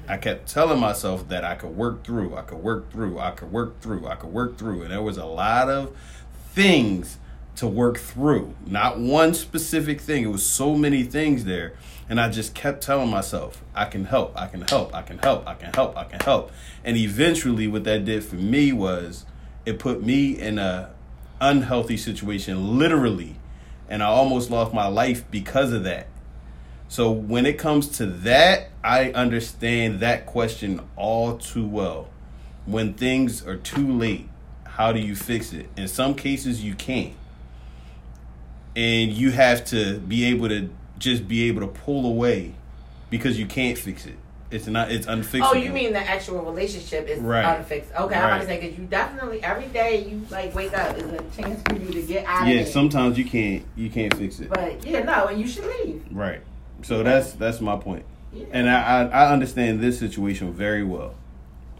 B: I kept telling myself that I could work through, I could work through, I could work through, I could work through. And there was a lot of things to work through, not one specific thing. It was so many things there. And I just kept telling myself, I can help, I can help, I can help, I can help, I can help. And eventually, what that did for me was it put me in a unhealthy situation, literally. And I almost lost my life because of that. So when it comes to that, I understand that question all too well. When things are too late, how do you fix it? In some cases, you can't. And you have to be able to just be able to pull away because you can't fix it. It's not. It's unfixable.
E: Oh, you mean the actual relationship is
B: Right.
E: unfixed? Okay, I'm about to
B: Right.
E: say because you definitely every day you like wake up is a chance for you to get out
B: Yeah.
E: of it.
B: Sometimes you can't. You can't fix it.
E: but yeah, no, and you should leave.
B: Right. So that's that's my point.
E: Yeah.
B: And I, I I understand this situation very well.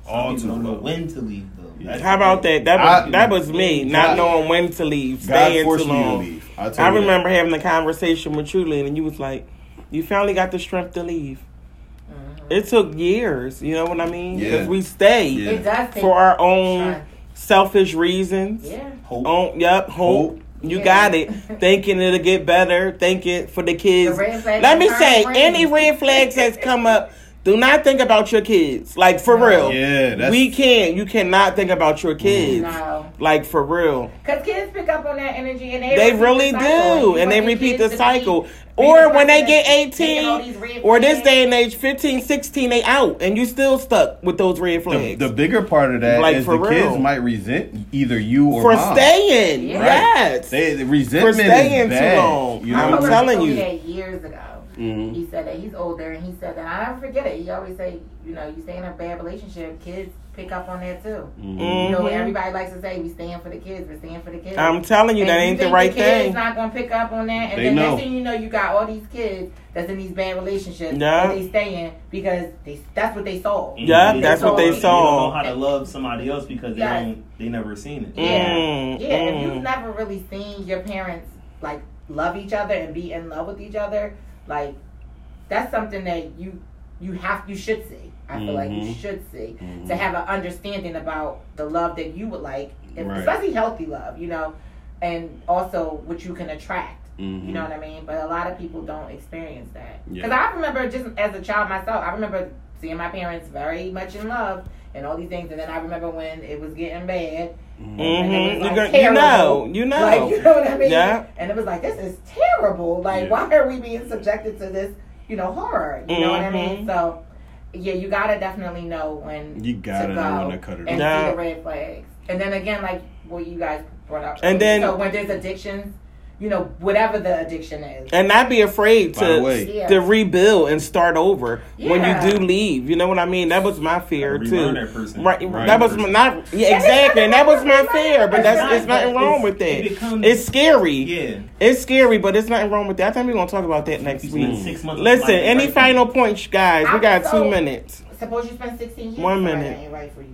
B: All
D: People
B: too
D: don't know
B: well.
D: when to leave though.
B: Yeah.
D: That's-
C: How about that? That was,
B: I-
C: that was me,
B: God-
C: not knowing when to leave,
B: God
C: staying too
B: forced me to
C: long.
B: leave. I, tell
C: I
B: you that.
C: remember having a conversation with you, Lynn, and you was like, "You finally got the strength to leave."
E: Mm-hmm.
C: It took years, you know what I mean?
B: Yeah.
C: Because we stayed
B: Yeah.
E: It does take
C: for our own
E: time.
C: selfish reasons.
E: Yeah.
D: Hope.
C: Oh, yep, hope.
B: Hope.
C: You
E: Yeah.
C: got it. Thinking it'll get better. Thinking for the kids.
E: The red flags
C: Let me
E: are
C: say,
E: turning
C: any
E: green.
C: red flags that's come up, do not think about your kids. Like for real.
B: Yeah, that's
C: we can. You cannot think about your kids.
E: No,
C: Like for real.
E: because kids pick up on that energy and they
C: They
E: repeat the
C: really
E: cycle.
C: do,
E: You
C: and
E: want
C: they
E: your
C: repeat
E: kids
C: the
E: to
C: cycle.
E: be-
C: Or
E: be
C: when they get
E: taking all
C: 18,
E: these red
C: or this
E: flags.
C: day and age, 15, 16, they out, and you still stuck with those red
B: the,
C: flags
B: the bigger part of that
C: Like,
B: is
C: for
B: the kids
C: real.
B: might resent either you or
C: for
B: mom.
C: staying.
E: Yeah.
B: Right?
C: Yes,
B: They, the resentment
C: staying
B: is
C: too
B: bad.
C: long.
B: You
E: I
B: know
C: I'm
B: what
E: remember
B: I'm
C: telling
E: he told
C: you. Mm-hmm.
E: me that years ago.
B: Mhm.
E: He said that he's older, and he said that I forget it. He always say, you know, you stay in a bad relationship, kids pick up on that too.
B: Mhm.
E: You know,
C: Mhm.
E: everybody likes to say we stand for the kids, we're staying for the kids.
C: I'm telling you,
E: And
C: that ain't the
E: think
C: right
E: kids
C: thing.
E: not gonna pick up on that, and
B: They
E: then
B: know.
E: next thing you know, you got all these kids that's in these bad relationships
C: Yeah.
E: that they stay in because they that's what they saw.
C: Yeah,
D: And
E: that's what they
C: saw.
D: They don't know how to love somebody else because they
E: Yes.
D: don't. They never seen it.
E: Yeah.
C: Mm,
E: Yeah,
C: mm.
E: if
B: Mm-hmm.
E: you've never really seen your parents like love each other and be in love with each other, like that's something that you you have you should see. I feel like you
B: Mhm.
E: should see
B: Mhm.
E: to have an understanding about the love that you would like, if,
B: Right.
E: especially healthy love, you know, and also what you can attract.
B: Mhm.
E: You know what I mean? But a lot of people don't experience that.
B: Yeah.
E: Because I remember just as a child myself, I remember seeing my parents very much in love and all these things. And then I remember when it was getting bad. And it
C: Mhm.
E: was,
C: You're
E: like,
C: gonna- You know,
E: terrible.
C: you
E: Like,
C: know.
E: you know what I mean?
C: Yeah.
E: And it was like, this is terrible. Like,
B: Yeah.
E: why are we being subjected to this, you know, horror? You know what I
C: Mhm.
E: mean? So, yeah, you got to definitely know when
B: You gotta
E: to
B: know
E: go
B: when to cut it
E: and
B: off.
E: see
C: Yeah.
E: the red flags. And then again, like what you guys brought up.
C: And then-
E: so when there's addictions, you know, whatever the addiction is.
C: And not be afraid
B: By the
C: to
B: way,
E: Yeah.
C: to rebuild and start over when
E: Yeah.
C: you do leave. You know what I mean? That was my fear
D: Relearn
C: too.
D: that person.
C: Right,
B: Right.
C: that was my, not yeah, exactly, and that was my fear. But that's it's nothing wrong with that.
D: It becomes,
C: It's scary.
D: yeah.
C: It's scary, but it's nothing wrong with that. I think we're gonna talk about that next
D: You
C: week.
D: spend six months. of
C: Mm. Listen,
D: life
C: any
D: right there.
C: final points, guys? We got two minutes.
E: Suppose you spend 16 years.
C: One
E: somewhere
C: minute.
E: that ain't right for you.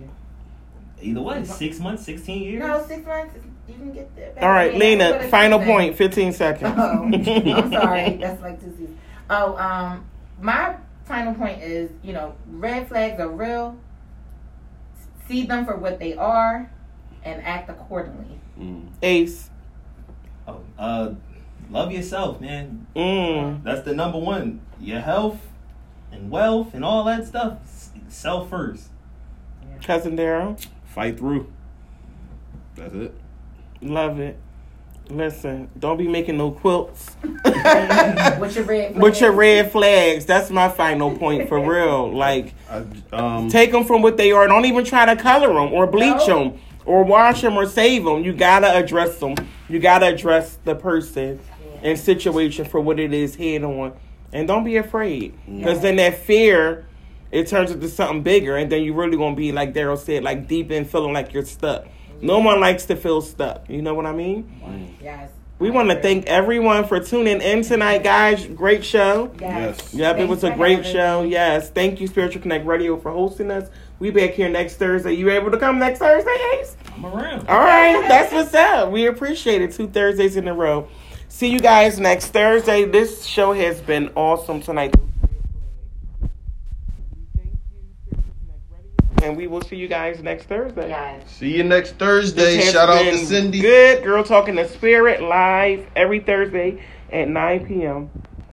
D: Either way, six months, sixteen years.
E: No, six months. You can get there.
C: All right,
E: I mean, that's what
C: Lena,
E: it
C: final
E: is.
C: point, fifteen seconds.
E: Oh, I'm sorry. That's like two seasons. Oh, um, my final point is, you know, red flags are real. See them for what they are, and act accordingly.
B: Mm.
C: Ace.
D: Oh, uh, love yourself, man.
C: Mm.
D: That's the number one. Your health and wealth and all that stuff. S- Self first.
C: Cousin Daryl,
B: Fight through. That's it.
C: love it. Listen, don't be making no quilts.
E: What's your red?
C: With your
E: flags?
C: red flags, that's my final point for real. Like,
B: I, um,
C: take them from what they are. Don't even try to color them or bleach
E: No.
C: them or wash them or save them. You gotta address them. You gotta address the person
E: Yeah.
C: and situation for what it is head on, and don't be afraid because then that fear it turns into something bigger, and then you really gonna be like Daryl said, like deep in feeling like you're stuck. No one likes to feel stuck. You know what I mean?
E: Yes.
C: We want to thank everyone for tuning in tonight, guys. Great show.
E: Yes.
B: Yes.
C: Yep, it
E: Thanks
C: was a
E: for
C: great
E: having
C: show.
E: me.
C: Yes. Thank you, Spiritual Connect Radio, for hosting us. We back here next Thursday. You able to come next Thursday, Ace?
D: I'm around.
C: All right. That's what's up. We appreciate it. Two Thursdays in a row. See you guys next Thursday. This show has been awesome tonight. And we will see you guys next Thursday.
E: Yes.
B: See you next
C: This
B: Thursday.
C: has
B: Shout out to
C: been
B: Cindy.
C: Good Girl Talking to Spirit live every Thursday at 9 p.m.